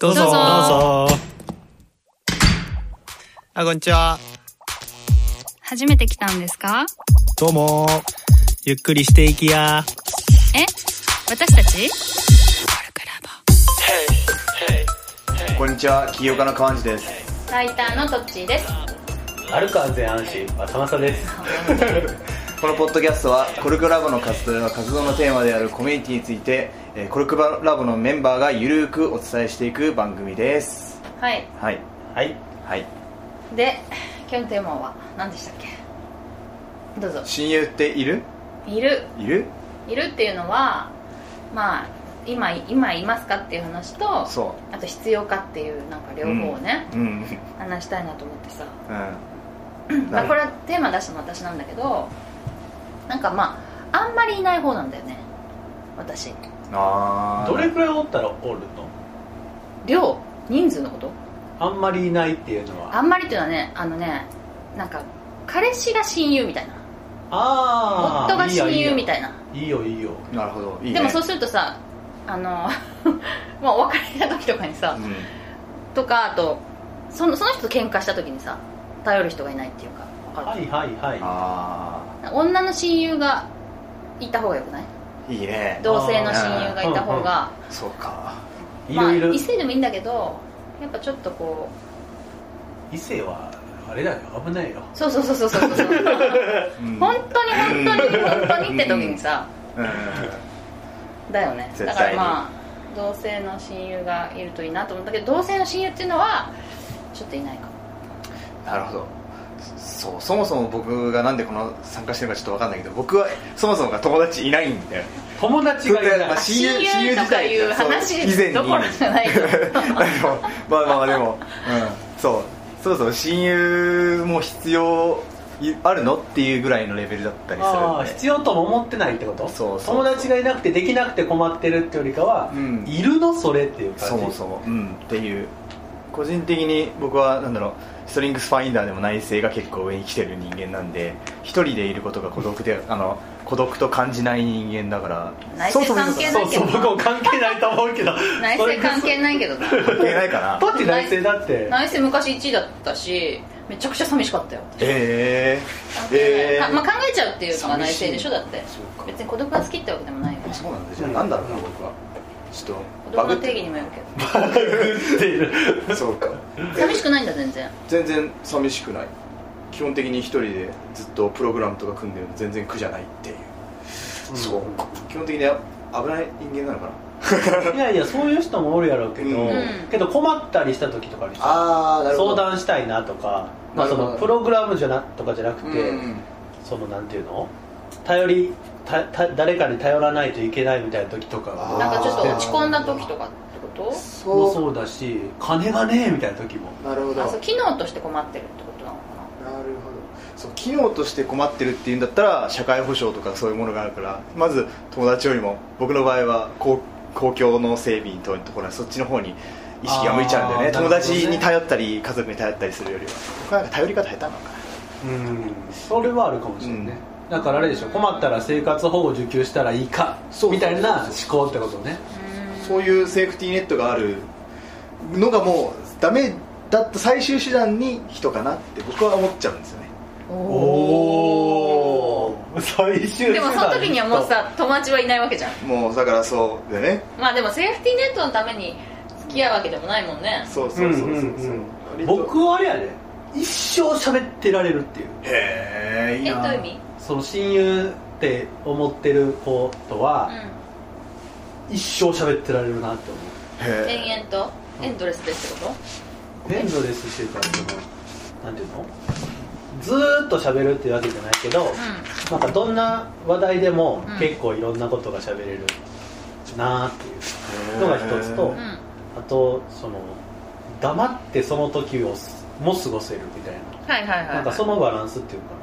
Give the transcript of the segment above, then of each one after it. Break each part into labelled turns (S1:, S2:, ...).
S1: どうぞ
S2: どうぞ
S1: あ、こんにちは。
S2: 初めて来たんですか
S1: どうも。ゆっくりしていきや。
S2: え私たち
S3: こんにちは、起業家の川地です。
S2: ライターのトッチーです。
S4: 歩く安全安心、浅正です。
S3: このポッドキャストは、コルクラボの活動や活動のテーマであるコミュニティについて、えーコルクラボのメンバーがゆるーくお伝えしていく番組です。
S5: はい。
S3: はい。
S4: はい。
S3: はい。
S5: で、今日のテーマは何でしたっけどうぞ。
S3: 親友っている
S5: いる。
S3: いる
S5: いるっていうのは、まあ、今、今いますかっていう話と、
S3: そ
S5: あと必要かっていう、なんか両方をね、
S3: う。うん。
S5: 話したいなと思ってさ。
S3: うん。
S5: まあ、これはテーマ出したの私なんだけど、なんかまあ、あんまりいない方なんだよね。私。
S3: あー
S4: どれくらいおったらおるの
S5: 量、人数のこと
S4: あんまりいないっていうのは。
S5: あんまりっていうのはね、あのね、なんか、彼氏が親友みたいな。
S4: ああ。
S5: 夫が親友み
S4: い
S5: たいな。
S4: や。いいよいいよ。
S3: なるほど。いいね。
S5: でもそうするとさあの まあお別れした時とかにさ、
S3: うん。
S5: とかあとそのその人と喧嘩した時にさ頼る人がいないっていうかわか
S4: は
S5: る
S4: いはいは
S3: あ
S5: 女の親友がいた方がよくない
S3: ーいいね。
S5: 同性の親友がいた方が
S3: そうか。
S4: い。い
S5: ま
S4: ろ
S5: あ
S4: いろ
S5: 異。性でもいいんだけどやっぱちょっとこ
S4: 異性は、あれだよ、危ないよ。
S5: うそうそうそうそうそう そう
S3: うん
S5: 本当に本当に本当にって時にさ
S3: うん。
S5: だよね
S3: 絶対に
S5: だからまあ同性の親友がいるといいなと思うんだけど同性の親友っていうのはちょっといないかも
S3: なるほどそうそもそも僕がなんでこの参加してるのかちょっと分かんないけど僕はそもそもが友達いないんだよね
S4: 友達がいない。
S3: まあ
S5: 親友とかいう
S3: そう
S5: 話どころじゃないと
S3: でもまあまあでも、うん、そうそもそも親友も必要いあるのっていうぐらいのレベルだったりする
S4: あ
S3: ん
S4: あ
S3: で
S4: 必要とも思ってないってこと
S3: そうそう
S4: 友達がいなくてできなくて困ってるってよりかは、
S3: うん
S4: いるのそれっていう
S3: そ
S4: 感じ
S3: もそも、うん、っていう個人的に僕はなんだろうストリングスファインダーでも内省が結構上に来てる人間なんで一人でいることが孤独 であの孤独と感じない人間だから
S5: 内省関係
S4: そうそう僕も関係ないと思うけど
S5: 内政関係ないけどな
S3: 関係ない かな
S4: パッチ内政だって
S5: 内政昔1位だったしめちゃくちゃ寂しかったよ
S3: えー、
S5: え
S3: え
S5: まあ、
S3: ー
S5: 考えちゃうっていうのが内政でしょだって
S3: そうか
S5: 別に孤独が好きってわけでもないよね
S3: そうなんだじゃあなんだろうな僕はちょっ
S5: 孤
S3: とバ
S5: 独
S3: グ
S5: の
S3: っ
S5: 定義
S3: て
S5: にもよるけ
S4: っていう
S3: そうか
S5: ど寂しくないんだ全然
S3: 全然寂しくない基本的に一人でずっとプログラムとか組んでるの全然苦じゃないっていう、そう基本的に危ない人間なのかない
S4: やいやそういう人もおるやろうけど、
S3: うん
S4: けど困ったりした時とかにさ
S3: ああ
S4: 相談したいなとか、まあ、
S3: なる
S4: そ
S3: ほど
S4: のプログラムじゃなとかじゃなくて、
S3: うん
S4: そのなんていうの頼りたた誰かに頼らないといけないみたいな時とか
S3: あー
S4: は
S5: なんかちょっと落ち込んだ時とかってこと
S4: も
S3: そ
S4: そうだし金がねえみたいな時も
S3: うなるほどな
S5: あ
S3: る
S5: そう機能として困ってるってことなのか
S3: ほどそう機能として困ってるっていうんだったら社会保障とかそういうものがあるからまず友達よりも僕の場合は公公共の整備とところはそっちの方に意識が向いちゃうんだよね
S4: あーなる
S3: 友
S4: ほどね
S3: 達に頼ったり家族に頼ったりするよりは僕はなんか頼り方下手なのか
S4: うんそれはあるかもしれないね、だからあれでしょ困ったら生活保護受給したらいいか
S3: そう
S4: みたいな思考ってことね
S3: なそういうセーフティーネットがあるのがもうダメだった最終手段に人かなって僕は思っちゃうんですよね
S5: お
S4: おお最終手段
S5: でもその時にはもうさ友達はいないわけじゃん
S3: もうだからそうでね
S5: まあでもセーフティーネットのために付き合うわけでもないもんね
S3: そうそ
S4: うん
S3: う
S4: う
S3: そうそうんそう
S4: うん僕はあれやで一生喋ってられるっていう
S3: へえい
S5: え
S3: い
S5: どう
S3: な
S5: いう意味
S4: その親友って思ってる子とは、一生喋ってられるなって思
S5: うん
S3: へ
S5: 延々とエンドレスでってこ
S4: うエンドレスしてたそのなんていうのずーっと喋るっていうわけじゃないけど、なんかどんな話題でも
S5: うん
S4: 結構いろんなことが喋れるなーっていう
S3: え
S4: のが一つと
S5: とうん
S4: あとその黙ってその時をも過ごせるみたいな
S5: はいはいはい
S4: なんかそのバランスっていうかな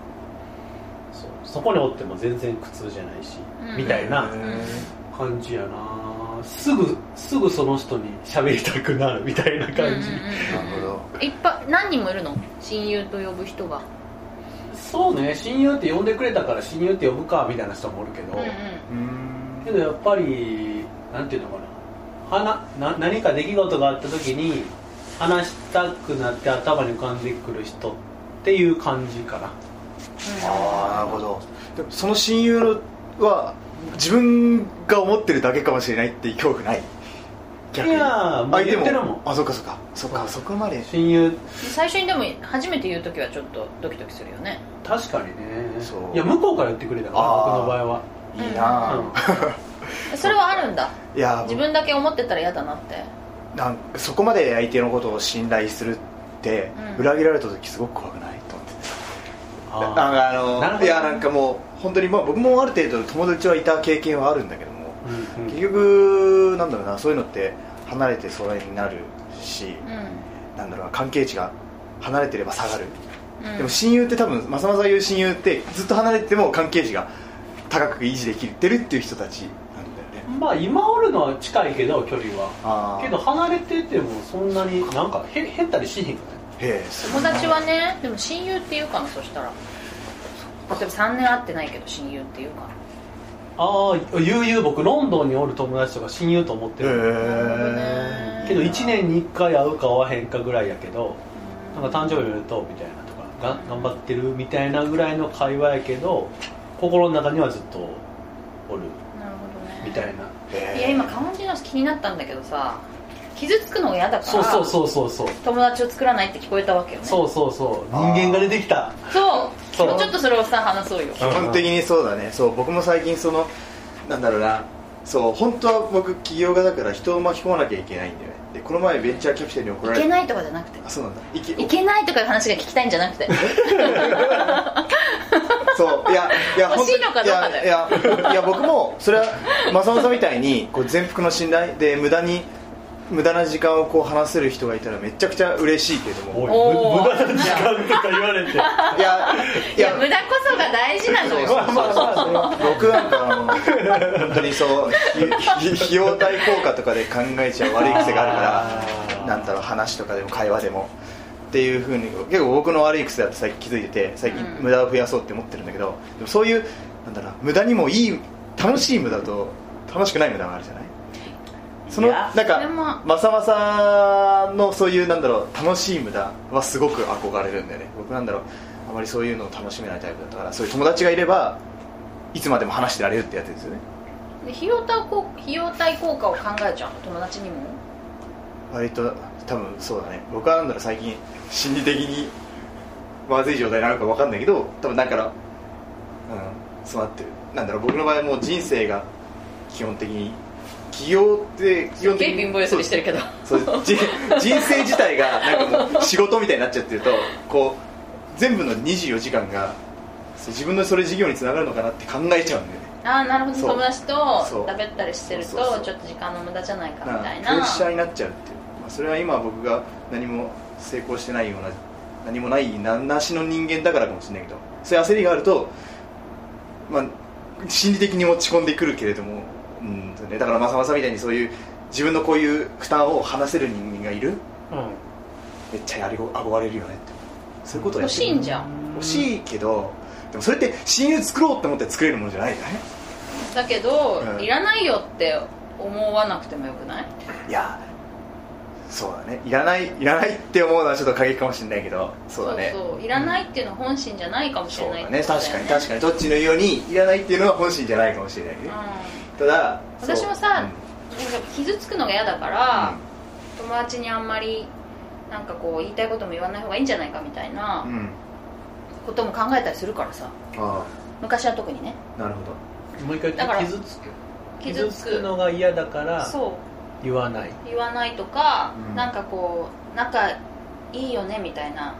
S4: そうそこにおっても全然苦痛じゃないし、
S5: うん
S4: みたいな感じやなすぐすぐその人に喋りたくなるみたいな感じ、
S3: なるほど
S5: どいっぱい何人もいるの親友と呼ぶ人が
S4: そうね親友って呼んでくれたから親友って呼ぶかみたいな人もおるけど、
S5: うんうん
S3: うーん
S4: けどやっぱりなんていうのかな話な何か出来事があった時に話したくなって頭に浮かんでくる人っていう感じかな
S3: ああなるほどでもその親友は自分が思ってるだけかもしれないって恐怖ない逆に
S4: いやーもう言ってるもん
S3: 相手あそっかそっかそっかそこまで
S4: 親友
S5: 最初にでも初めて言う時はちょっとドキドキするよね
S4: 確かにね
S3: そう
S4: いや向こうから言ってくれたから
S3: あー
S4: 僕の場合はい
S3: いなあ、
S4: うん
S5: それはあるんだ
S3: いやー
S5: 自分だけ思ってたら嫌だなって
S3: なんかそこまで相手のことを信頼するって、
S5: うん
S3: 裏切られた時すごく怖くないと思ってなん
S4: あ
S3: か
S4: な
S3: あ
S4: るほ
S3: の
S4: ど
S3: いやなんかもう本当にまあ僕もある程度友達はいた経験はあるんだけども
S4: ーうんうん
S3: 結局なんだろうなそういうのって離れてそれになるし、
S5: う
S3: なんだろうな関係値が離れてれば下がる、
S5: ん、うん、
S3: でも親友って多分正正言う親友ってずっと離れてても関係値が高く維持できてるっていう人たちなんだよね
S4: まあ今おるのは近いけど距離は
S3: あー
S4: けど離れててもそんなになんかへ減ったりしへんか
S3: へえすご
S5: 友達はねでも親友っていうかなそしたら例えば3年会ってないけど親友っていうか
S4: ねああ悠々僕ロンドンにおる友達とか親友と思って
S3: いへ
S4: る、
S3: え
S4: けど1年に1回会うか会わへんかぐらいやけどなんか誕生日おめでとうみたいなとかが頑張ってるみたいなぐらいの会話やけど心の中にはずっとおる
S5: なるほどね
S4: みたいない
S5: や今カウンジの気になったんだけどさ傷つくのが嫌だから
S4: そうそうそうそうそう
S5: 友達を作らないって聞こえたわけよね
S4: そうそうそう人間が出てきた
S5: そう
S4: そう
S5: ちょっとそれをさ話そうよ
S3: 基本的にそうだねそう僕も最近そのなんだろうなそう本当は僕起業家だから人を巻き込まなきゃいけないんだよねでこの前ベンチャーキャピタルに怒ら
S5: い
S3: れて
S5: けないとかじゃなくて
S3: あそうなんだいけ
S5: いけないとかいう話が聞きたいんじゃなくて
S3: そういやいや
S5: 欲しいのかどうかだ
S3: 本当にいやいやいや僕もそれは正さみたいにこう全幅の信頼で無駄に無駄な時間をこう話せる人がいたらめちゃくちゃ嬉しいけども
S4: おい
S5: おー
S4: 無駄な時間とか言わ れて
S3: いや
S5: いや無駄こそが大事なのよ
S3: そうそうそう僕なんかあの本当にそうひひ費用対効果とかで考えちゃう悪い癖があるから
S4: あー
S3: なんだろう話とかでも会話でもっていうふうに結構僕の悪い癖だって最近気づいてて最近
S5: うん
S3: 無駄を増やそうって思ってるんだけどでもそういうなんだろうな無駄にもいい楽しい無駄と楽しくない無駄があるじゃないその
S5: い
S3: な
S5: や
S3: ん
S5: それも
S3: かまさまさのそういうなんだろう楽しい無駄はすごく憧れるんだよね僕なんだろうあまりそういうのを楽しめないタイプだったからそういう友達がいればいつまでも話してられるってやつですよね
S5: で費用対効費用対効果を考えちゃうの友達にも
S3: 割と多分そうだね僕はなんだろう最近心理的にまずい状態なのか分かんないけど多分だからうんそうなってるなんだろう僕の場合もう人生が基本的に起業って基
S5: すっ
S3: 本
S5: げ
S3: 的
S5: え
S3: に
S5: 貧乏ゆすりしてるけど
S3: そうじ人生自体がなんかもう仕事みたいになっちゃってるとこう全部の24時間がそう自分のそれ事業につながるのかなって考えちゃうんだよね
S5: ああなるほど
S3: そう
S5: 友達と
S3: そう
S5: 食べったりしてると
S3: そうそうそう
S5: ちょっと時間の無駄じゃないかみたい
S3: だからプレッ
S5: な
S3: シャーになっちゃうっていう、まあ、それは今僕が何も成功してないような何もないななしの人間だからかもしれないけどそういう焦りがあると、まあ、心理的に落ち込んでくるけれどもうんとねだからまさまさみたいにそういう自分のこういう負担を話せる人間がいるめっちゃあれご憧れるよねってそういうことをや
S5: 欲
S3: って
S5: し
S3: る
S5: いんじゃん
S4: うん
S3: 欲しいけどでもそれって親友作ろうって思って作れるものじゃないよね
S5: だけど、
S3: うん
S5: いらないよって思わなくてもよくない
S3: いやそうだねいらないいらないって思うのはちょっと過激かもしれないけどそうだね
S5: そうそういらないっていうのは本心じゃないかもし
S3: そ
S5: れ
S3: う
S5: ない
S3: だ
S5: って
S3: ね
S5: ことだ
S3: 確か
S5: よ
S3: に確かにどっちの言うようにいらないっていうのは本心じゃないかもしれないね、ただそう
S5: 私もさうんなんか傷つくのが嫌だから、友達にあんまりなんかこう言いたいことも言わない方がいいんじゃないかみたい
S3: うん、
S5: な
S3: うん
S5: ことも考えたりするからさ
S3: あ
S5: 昔は特にね
S3: あなるほど
S4: もう一回言
S5: だか
S4: っ
S5: ら
S4: て傷つく
S5: 傷つ
S4: 傷つく
S5: く
S4: のが嫌だから
S5: そう
S4: 言わない
S5: 言わないとか、
S3: うん
S5: なんかこう仲いいよねみたいな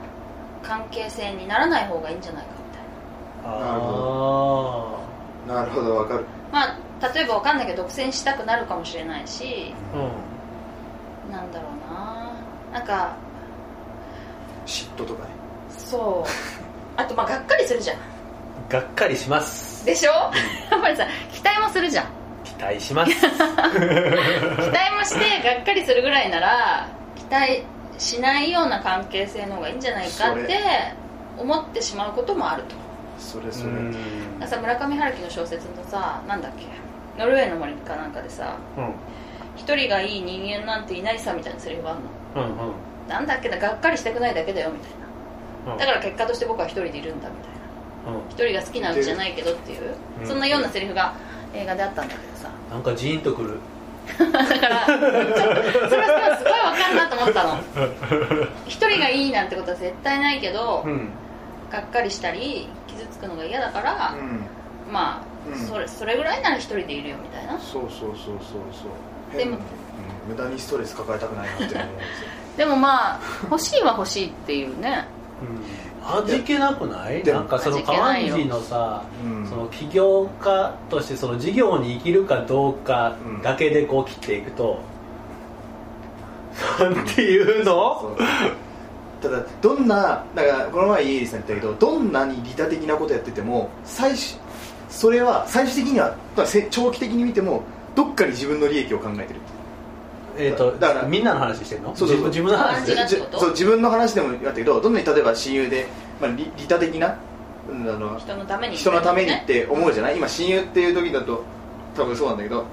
S5: 関係性にならない方がいいんじゃないかみたい
S3: なるなるほどわかる
S5: なまあ例えばわかんないけど独占したくなるかもしれないし
S4: あーうん
S5: なんだろうななんか
S3: 嫉妬とかね
S5: そうあとまあがっかりするじゃん
S4: がっかりします
S5: でしょやっぱりさ期待もするじゃん
S4: 期待し ます
S5: 期待もしてがっかりするぐらいなら期待しないような関係性の方がいいんじゃないかっ
S3: そ
S5: て
S3: れ
S5: 思ってしまうこともあると
S3: それそれ、
S4: うん
S5: さ村上春樹の小説のさなんだっけノルウェーの森かなんかでさ一人がいい人間なんていないさみたいなセリフがあるの
S4: うんうん
S5: なんだっけながっかりしたくないだけだよみたい
S4: うん
S5: なだから結果として僕は一人でいるんだみたいな
S4: うん
S5: 一人が好きなうちじゃないけどっていう
S4: うん
S5: そんなようなセリフが映画であったんだけ どさ
S4: なんかジーンとくる
S5: だからそれはすごいわかるなと思ったの 一人がいいなんてことは絶対ないけど
S4: うん
S5: がっかりしたり傷つくのが嫌だから
S3: うん
S5: まあ
S3: うん
S5: それそれぐらいなら一人でいるよみたいな
S3: そうそうそうそうそう
S5: でも
S3: 変なうん無駄にストレス抱えたくないなって思うんですよ
S5: でもまあ欲しいは欲しいっていうね
S4: 味気なくない
S3: でも
S4: なんかその
S5: 味気な
S4: 川
S5: いよ
S4: 西のさ、
S3: うん
S4: その起業家としてその事業に生きるかどうかだけでこう切っていくと、なんていう
S3: そ
S4: の
S3: うただどんなだからこの前イエリさん言ったけどどんなに利他的なことやってても最終それは最終的にはまあせ長期的に見てもどっかに自分の利益を考えてる
S4: えっと
S3: だから
S4: みんなの話してんの
S3: そうそうそう
S4: 自分自分の話
S5: 違うってこと
S3: そう自分の話でもあったけどどんなに例えば親友で、まあ、利利他的な、うん、あの
S5: 人のために
S3: 人のためにっ
S5: ね
S3: て思うじゃない今親友っていう時だと多分そうなんだけど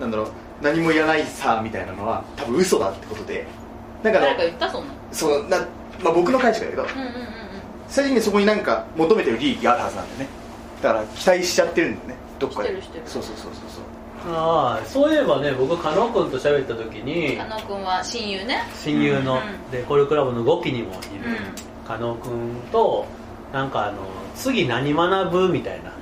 S3: なんだろう何もいらないさみたいなのは多分嘘だってことでだから
S5: 誰か言ったそんなの
S3: そのな、まあ、僕の解釈だけど
S5: うんうんうんうん
S3: 最終的にそこになんか求めてる利益があるはずなんだよねだから期待しちゃってるんだよねどっかで
S5: してるしてる
S3: そうそうそうそうそう
S4: ああそういえばね僕加納君と喋った時に
S5: 加納君は親友ね
S4: 親友の、
S5: うん
S4: でコルクラブの5期にもいる、
S5: うん
S4: 加納君となんかあの次何学ぶみたいな
S5: う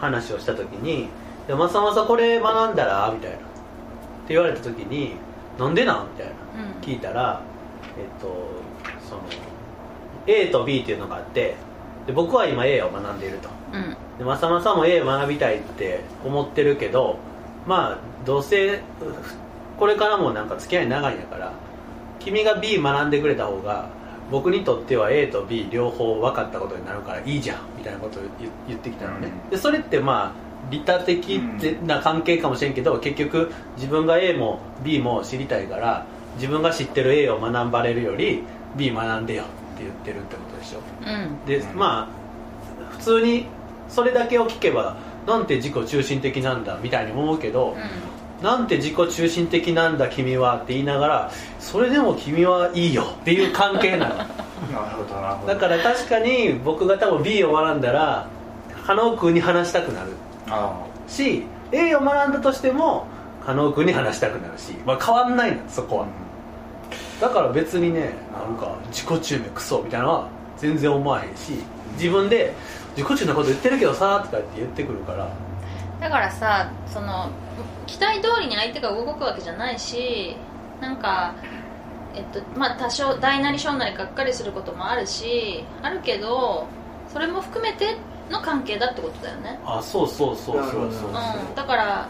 S4: 話をした時に「でまさまさこれ学んだら?」みたいなって言われた時に「なんでなん?」みたいなん
S5: うん
S4: 聞いたらえっとその A と B っていうのがあってで僕は今 A を学んでいると
S5: うん
S4: でまさまさも A を学びたいって思ってるけどまあどうせうこれからもなんか付き合い長いんやから君が B 学んでくれた方が僕にとっては A と B 両方分かったことになるからいいじゃんみたいなことを言言ってきたのね、
S3: うん
S4: でそれってまあ利他的ってな関係かもしれんけど、結局自分が A も B も知りたいから自分が知ってる A を学ばれるより B 学んでよって言ってるってことでしょ
S5: うん
S4: で、
S3: うん
S4: まあ普通にそれだけを聞けばなんて自己中心的なんだみたいに思うけど、なんて自己中心的なんだ君はって言いながらそれでも君はいいよっていう関係 なの
S3: なるほどなるほ
S4: だから確かに僕が多分 B を学んだら加納君に話したくなる
S3: あ
S4: し A を学んだとしても加納君に話したくなるし、まあ、変わんないのそこ
S3: あ、
S4: はだから別にねなんか自己中名クソみたいなのは全然思わへんし自分で自己中なこと言ってるけどさとかって言ってくるから
S5: だからさその期待通りに相手が動くわけじゃないしなんか、えっとまあ、多少大なり小なりがっかりすることもあるしあるけどそれも含めての関係だってことだよね、
S4: あそうそうそうそうそううん
S5: うん、だから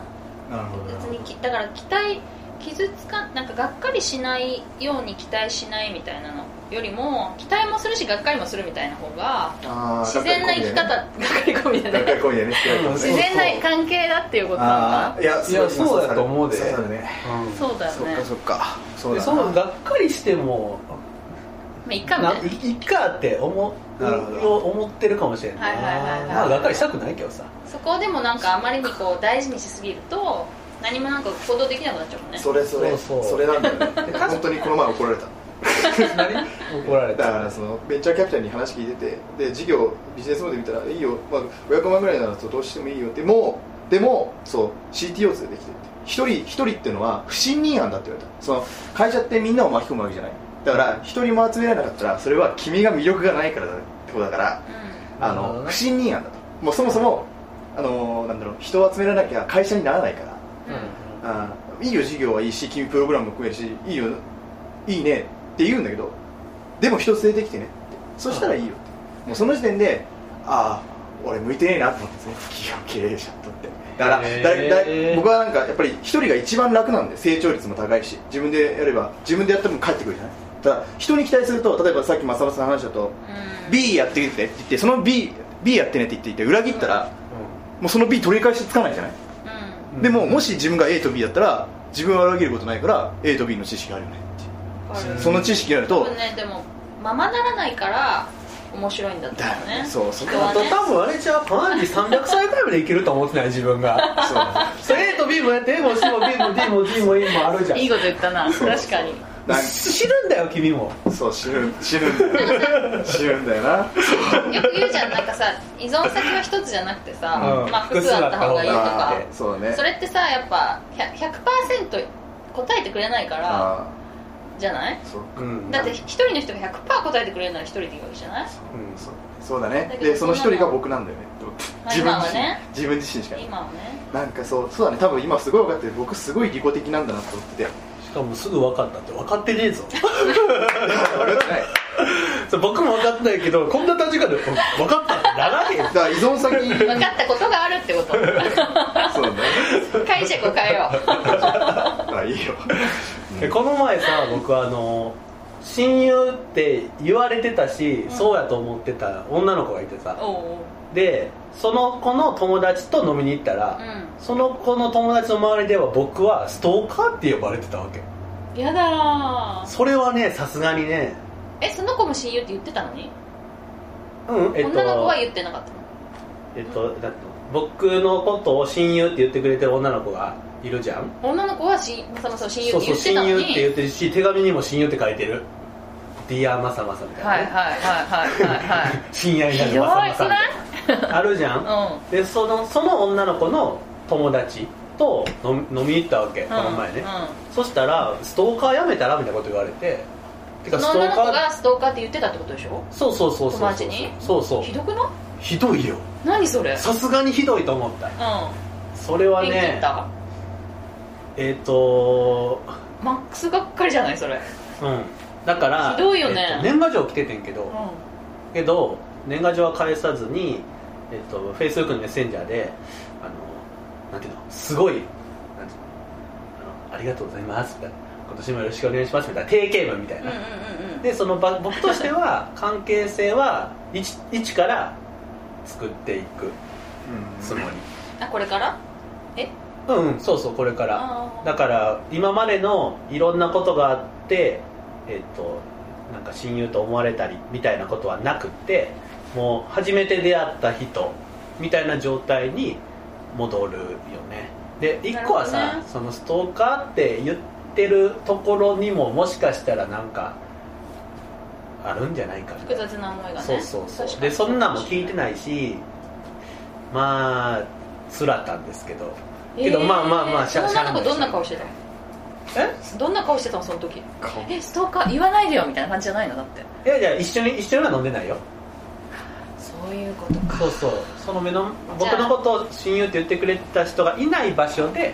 S3: なるほどなる
S5: 別
S3: ほど
S5: にきだから期待傷つかなんかがっかりしないように期待しないみたいなのよりも期待もするしがっかりもするみたいな方が
S3: あー
S5: 自然な生き方がっかり込みだ
S3: がっか
S5: ね
S3: りこいでね
S4: うん
S5: 自然な関係だっていうことなの
S3: あ
S5: か
S3: あいやすご
S4: いやそうだと思うで
S3: 刺さるね
S4: うん
S5: そうだよ
S3: そっ
S5: ね
S3: かそっかそう
S4: で
S3: だ
S4: その
S3: な
S4: がっかりしても
S5: まあ、いっかみた
S4: ない
S5: ない
S4: っかって思う
S3: なるほど
S4: 思ってるかもしれんない,、
S5: はいはいはいはい
S4: まあがっかりしたくないけど さ
S5: そこをでもなんかあまりにこう大事にしすぎると何もなんか行動できなくなっちゃうもんね
S3: それそれ
S4: そうそう
S3: それなんだよね本当にこの前怒られた
S4: 怒られ
S3: だか
S4: た
S3: らそのベンチャーキャピタルに話聞いててで事業ビジネスモデル見たらいいよ、まあ、500万ぐらいならどうしてもいいよでもでもそう CTO 連れてきてって一人一人っていうのは不信任案だって言われたその会社ってみんなを巻き込むわけじゃないだから一人も集められなかったらそれは君が魅力がないからだってことだから
S5: う
S3: あ
S4: なるほど
S3: の
S4: ね
S3: 不信任案だともうそもそもあのなんだろう人を集められなきゃ会社にならないから
S5: ん、うん
S3: あーいいよ授業はいいし君プログラムも食えるしいいよいいねって言うんだけどでも一つ連れてきてねってそしたらいいよってもうその時点でああ俺向いてねえなと思ってですね企業経営者とってだから
S4: へー
S3: だいだい僕はなんかやっぱり一人が一番楽なんで成長率も高いし自分でやれば自分でやっても返ってくるじゃないただ人に期待すると例えばさっき正正さんの話だと B やってねって言ってその B, B やってねって言って裏切ったらもうその B 取り返しつかないじゃない
S5: うん
S4: うん
S3: でももし自分が A と B だったら自分は裏切ることないから A と B の知識があるよねっていう
S5: わかる
S3: その知識があると
S5: 僕ねでもままならないから面白いんだと思う
S3: だよ
S5: ね
S3: ねそうそこ
S5: 人は
S4: あと
S5: ね
S4: 多分あれじゃあパナンティ300歳くらいまでいけると思ってない自分がそれ A と B もやって A も C も B も D も D も E もあるじゃん
S5: いいこと言ったな確かに
S4: 知るんだよ君も
S3: そう知る知るんだ よ知るんだよな
S5: よく言うじゃんなんかさ依存先は一つじゃなくてさ、
S4: うん
S5: まあ複数あった方がいい
S4: あ
S5: とか
S4: ー
S3: そうだね
S5: それってさやっぱ100 100%答えてくれないから
S3: あ
S5: じゃない
S3: あそう
S4: うん
S5: だって一人の人が100%答えてくれるなら一人でいいわけじゃない
S4: うん
S3: そうそうだね
S5: だけど
S3: でその一人が僕なんだよね
S5: まあ
S3: 自分
S5: 今は
S3: 自身
S5: ね
S3: 自分自身しかいない
S5: 今はね
S3: なんかそうそうだね多分今すごい分かってる僕すごい利己的なんだなと思ってて
S4: しかもすぐ分かったって分かってねえぞ
S3: 分かってない
S4: そう僕も分かってないけどこんな短時間で分かったってならへんよ
S3: だから依 存先
S5: 分かったことがあるってこと
S3: そうだね
S5: 解釈を変えよう
S3: あいいよ
S4: えこの前さ僕あの親友って言われてたし、
S5: ん
S4: そうやと思ってた女の子がいて さ
S5: おうおう
S4: でその子の友達と飲みに行ったら、
S5: う
S4: その子の友達の周りでは僕はストーカーって呼ばれてたわけ
S5: んやだー
S4: それはねさすがにね
S5: えその子も親友って言ってたのに、
S4: うんえっと
S5: 女の子は言ってなかったの
S4: えっとだって僕のことを親友って言ってくれてる女の子がいるじゃん
S5: 女の子はしまさまさ親友
S4: そ
S5: っ
S4: う
S5: て
S4: そ
S5: 言
S4: う
S5: っ
S4: 親友
S5: てたのに
S4: って言ってるし手紙にも親友って書いてる「ディアマサマサ」みたいなね、
S5: はいはいはいはいはいはい
S4: 親愛な
S5: ひ
S4: る
S5: ど
S4: マサマ
S5: い
S4: サ
S5: く
S4: み
S5: な
S4: た
S5: い
S4: いなあるじゃん
S5: う
S4: でそのその女の子の友達と飲み飲みに行ったわけこ
S5: ん
S4: の前ね、
S5: う
S4: そしたらストーカーやめたらみたいなこと言われてて
S5: ん、
S4: か
S5: その
S4: スト
S5: 女
S4: ー
S5: の
S4: カ
S5: 子
S4: ー
S5: がストーカーって言ってたってことでしょ
S4: そうそうそうそう
S5: 友達に
S4: そうそう
S5: ひどくない
S4: ひどいよ
S5: 何それ
S4: さすがにひどいと思った
S5: う
S4: それは
S5: んピン切っ
S4: ね
S5: た
S4: えっ、と
S5: マックスがっかりじゃないそれ
S4: うんだから
S5: ひどいよね
S4: えっと年賀状来ててんけど、
S5: う
S4: けど年賀状は返さずに、えっと、Facebook のメッセンジャーであのなんていうのすごいなんていうのあのありがとうございますみたいな今年もよろしくお願いしますみたいな定型文みたい
S5: んう
S4: な、
S5: んうんうん
S4: でそのば僕としては関係性は 1, 1から作っていくつもり
S5: あこれからえ
S4: うん、うん、そうそうこれから
S5: あー
S4: だから今までのいろんなことがあってえっとなんか親友と思われたりみたいなことはなくってもう初めて出会った人みたいな状態に戻るよねで一個はさ、
S5: なるほどね
S4: そのストーカーって言ってるところにももしかしたらなんかあるんじゃないかみた
S5: 複
S4: いな
S5: 雑な思いがね
S4: そうそうそ
S5: 確
S4: う
S5: かに
S4: でそんなんも聞いてないしまあつらったんですけどけど
S5: えー
S4: まあまあまあし
S5: そ
S4: ゃ
S5: の女の子
S4: しゃ
S5: ど
S4: あ
S5: ん
S4: ない
S5: な顔してたの
S4: え
S5: どんな顔してたのその時
S3: 顔
S5: えストーカー言わないでよみたいな感じじゃないのだって
S4: いやいや一緒に一緒には飲んでないよ
S5: そういうことか
S4: そうそうその目の
S5: じゃ
S4: 僕
S5: あ
S4: のことを親友って言ってくれた人がいない場所で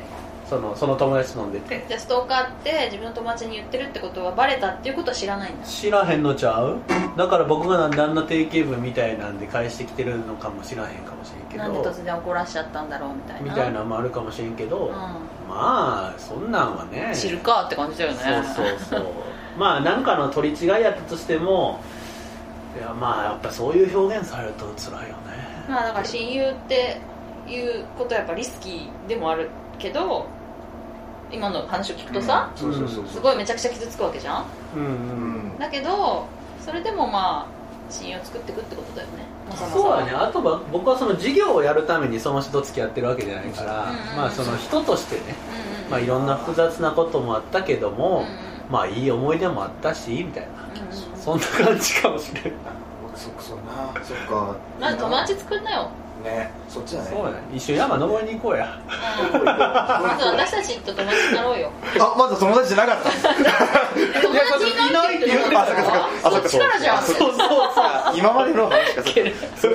S4: そのその友達と飲んでて
S5: じゃあストーカーって自分の友達に言ってるってことはバレたっていうことは知らないんだ
S4: 知らへんのちゃうだから僕がなんであんな定型文みたいなんで返してきてるのかもしらへんかもしれんけ
S5: なんで
S4: ど
S5: 突然怒らしちゃったんだろうみたいな
S4: みたいなのもあるかもしれんけど、
S5: うん
S4: まあそんなんはね
S5: 知るかって感じだよね
S4: そうそうそうまあなんかの取り違いやったとしてもいやまあやっぱそういう表現されると辛いよね
S5: まあだから親友っていうことはやっぱリスキーでもあるけど今の話を聞くとさ、
S3: そうそうそうそう
S5: すごいめちゃくちゃ傷つくわけじゃん
S4: うん
S3: う
S4: うん
S3: ん
S5: だけどそれでもまあ親友を作っていくってことだよねまさまさ
S4: そうだねあとは僕はその事業をやるためにその人と付き合ってるわけじゃないから、
S5: うんうん
S4: まあその人としてね、
S5: うんうん
S4: まあ、いろんな複雑なこともあったけど
S5: うん
S4: も
S5: うん、
S4: まあいい思い出もあったしみたいな
S5: うんうん
S4: そんな感じかもしれない
S3: そっかそんなそっか
S5: まず友達作んなよ、
S3: ねそっちだね
S4: そうだね一緒に山登りに行こうや
S5: うん、まず私たちと友達になろうよ
S3: あまだ友達じゃなかった
S5: 友達いないって言って
S3: あそっかそっか
S5: そ
S3: あそっ
S5: っ
S3: か
S5: ちからじゃん
S3: そうそうそう今までの話かそっかそうそうそう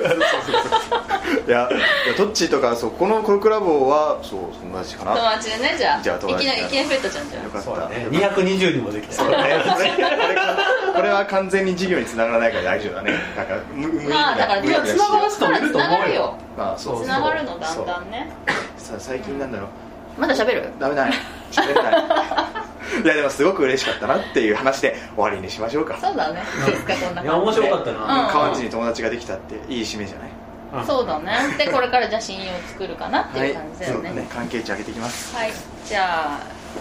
S3: そういやいやトッチーとかそうこのコルクラボはそう友達かな
S5: 友
S3: よ
S5: 達でねじゃあ
S3: じゃあ友
S5: いきな
S3: 達
S5: りいきなり増えたじゃんじゃ
S3: かった
S4: そうだね220にもできた
S3: そうだねこれこれは完全に授業に繋がらないから大丈夫だねだから無無意味
S5: あまあだから
S3: 無意味
S5: で
S3: な
S5: も
S3: し
S5: つながるからつながるよ
S3: まあそう
S5: つながるのだんだんね
S3: さ最近なんだろう
S5: まだ喋る
S3: ダメだね喋れ ないいやでもすごく嬉しかったなっていう話で終わりにしましょうか
S5: そうだねいいですかこんな感じで
S4: いや面白かった
S5: うん
S4: な、
S3: 川内に友達ができたっていい締めじゃない
S4: うん
S5: そうだねでこれからじゃあ親友を作るかなっていう感じだ
S3: そ
S5: よ
S3: う
S5: ね
S3: だ
S5: はい、
S3: ね関係値上げていきます
S5: じゃあ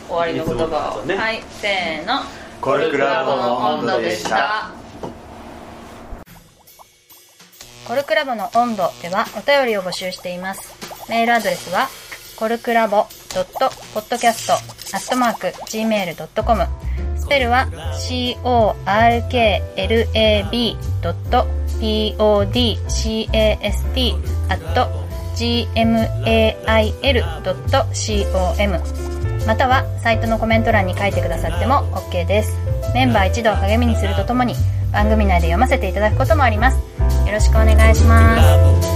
S5: 終わりの言
S4: い
S5: 葉
S4: つものやつ
S5: を、
S4: をね
S5: はいせーの
S3: コ
S5: コルクラボの温度でした
S6: コルクラボの温度ではお便りを募集しています。メールアドレスは、コルクラボ .podcast.gmail.com スペルは corklab.podcast.gmail.com またはサイトのコメント欄に書いてくださっても OK ですメンバー一同を励みにするとともに番組内で読ませていただくこともありますよろしくお願いします
S7: ラボ